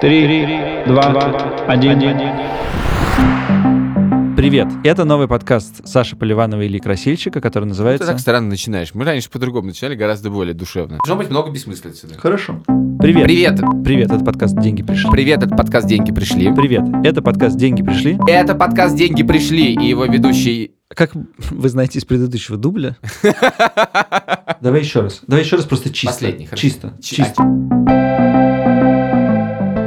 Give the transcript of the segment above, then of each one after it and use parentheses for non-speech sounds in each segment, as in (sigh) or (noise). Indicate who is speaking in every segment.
Speaker 1: Три, два, один.
Speaker 2: Привет! Это новый подкаст Саши Поливанова и Ильи Красильщика, который
Speaker 3: Ты Ну, так
Speaker 2: называется...
Speaker 3: странно начинаешь. Мы раньше по-другому начинали, гораздо более душевно. Должно быть много бессмыслицы. да.
Speaker 1: Хорошо.
Speaker 2: Привет!
Speaker 3: Привет!
Speaker 2: Привет, это подкаст «Деньги пришли».
Speaker 3: Привет, этот подкаст «Деньги пришли».
Speaker 2: Привет, это подкаст «Деньги пришли».
Speaker 3: Это подкаст «Деньги пришли» и его ведущий...
Speaker 2: Как вы знаете из предыдущего дубля... Давай еще раз. Давай еще раз просто чисто.
Speaker 3: Последний, хорошо.
Speaker 2: Чисто.
Speaker 3: Чи-
Speaker 2: Чисто.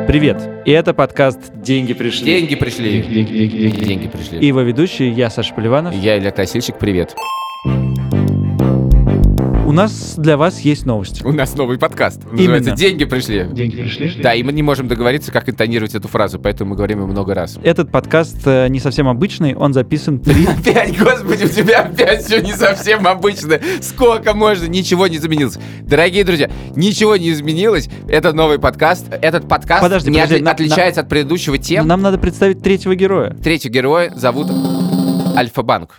Speaker 2: Привет, и это подкаст «Деньги пришли».
Speaker 3: Деньги пришли. Деньги
Speaker 2: И
Speaker 3: пришли.
Speaker 2: его ведущий, я Саша Поливанов.
Speaker 3: Я Илья Красильщик, привет.
Speaker 2: У нас для вас есть новости.
Speaker 3: У нас новый подкаст. Называется
Speaker 2: Именно.
Speaker 3: «Деньги пришли».
Speaker 1: Деньги пришли?
Speaker 3: Да, и мы не можем договориться, как интонировать эту фразу, поэтому мы говорим ее много раз.
Speaker 2: Этот подкаст э, не совсем обычный, он
Speaker 3: (laughs)
Speaker 2: записан при...
Speaker 3: Опять, господи, у тебя опять все не совсем обычно. Сколько можно? Ничего не изменилось. Дорогие друзья, ничего не изменилось. Это новый подкаст. Этот подкаст
Speaker 2: Подожди,
Speaker 3: не
Speaker 2: подожди,
Speaker 3: отли-
Speaker 2: на-
Speaker 3: отличается от предыдущего тем.
Speaker 2: Нам надо представить третьего героя.
Speaker 3: Третий герой зовут Альфа-Банк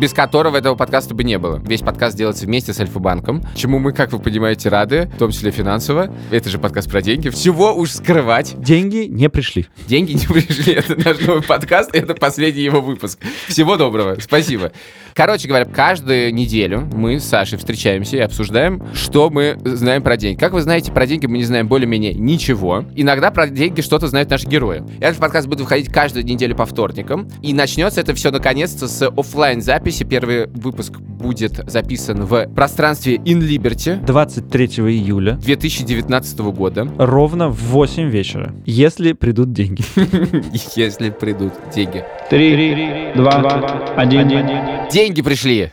Speaker 3: без которого этого подкаста бы не было. Весь подкаст делается вместе с Альфа-банком, чему мы, как вы понимаете, рады, в том числе финансово. Это же подкаст про деньги. Всего уж скрывать.
Speaker 2: Деньги не пришли.
Speaker 3: Деньги не пришли. Это наш новый подкаст, и это последний его выпуск. Всего доброго. Спасибо. Короче говоря, каждую неделю мы с Сашей встречаемся и обсуждаем, что мы знаем про деньги. Как вы знаете, про деньги мы не знаем более-менее ничего. Иногда про деньги что-то знают наши герои. Этот подкаст будет выходить каждую неделю по вторникам. И начнется это все наконец-то с оффлайн записи Первый выпуск будет записан в пространстве In Liberty
Speaker 2: 23 июля
Speaker 3: 2019 года. (laughs)
Speaker 2: ровно в 8 вечера, если придут деньги.
Speaker 3: Если придут деньги.
Speaker 1: Три, два, один.
Speaker 3: Деньги пришли!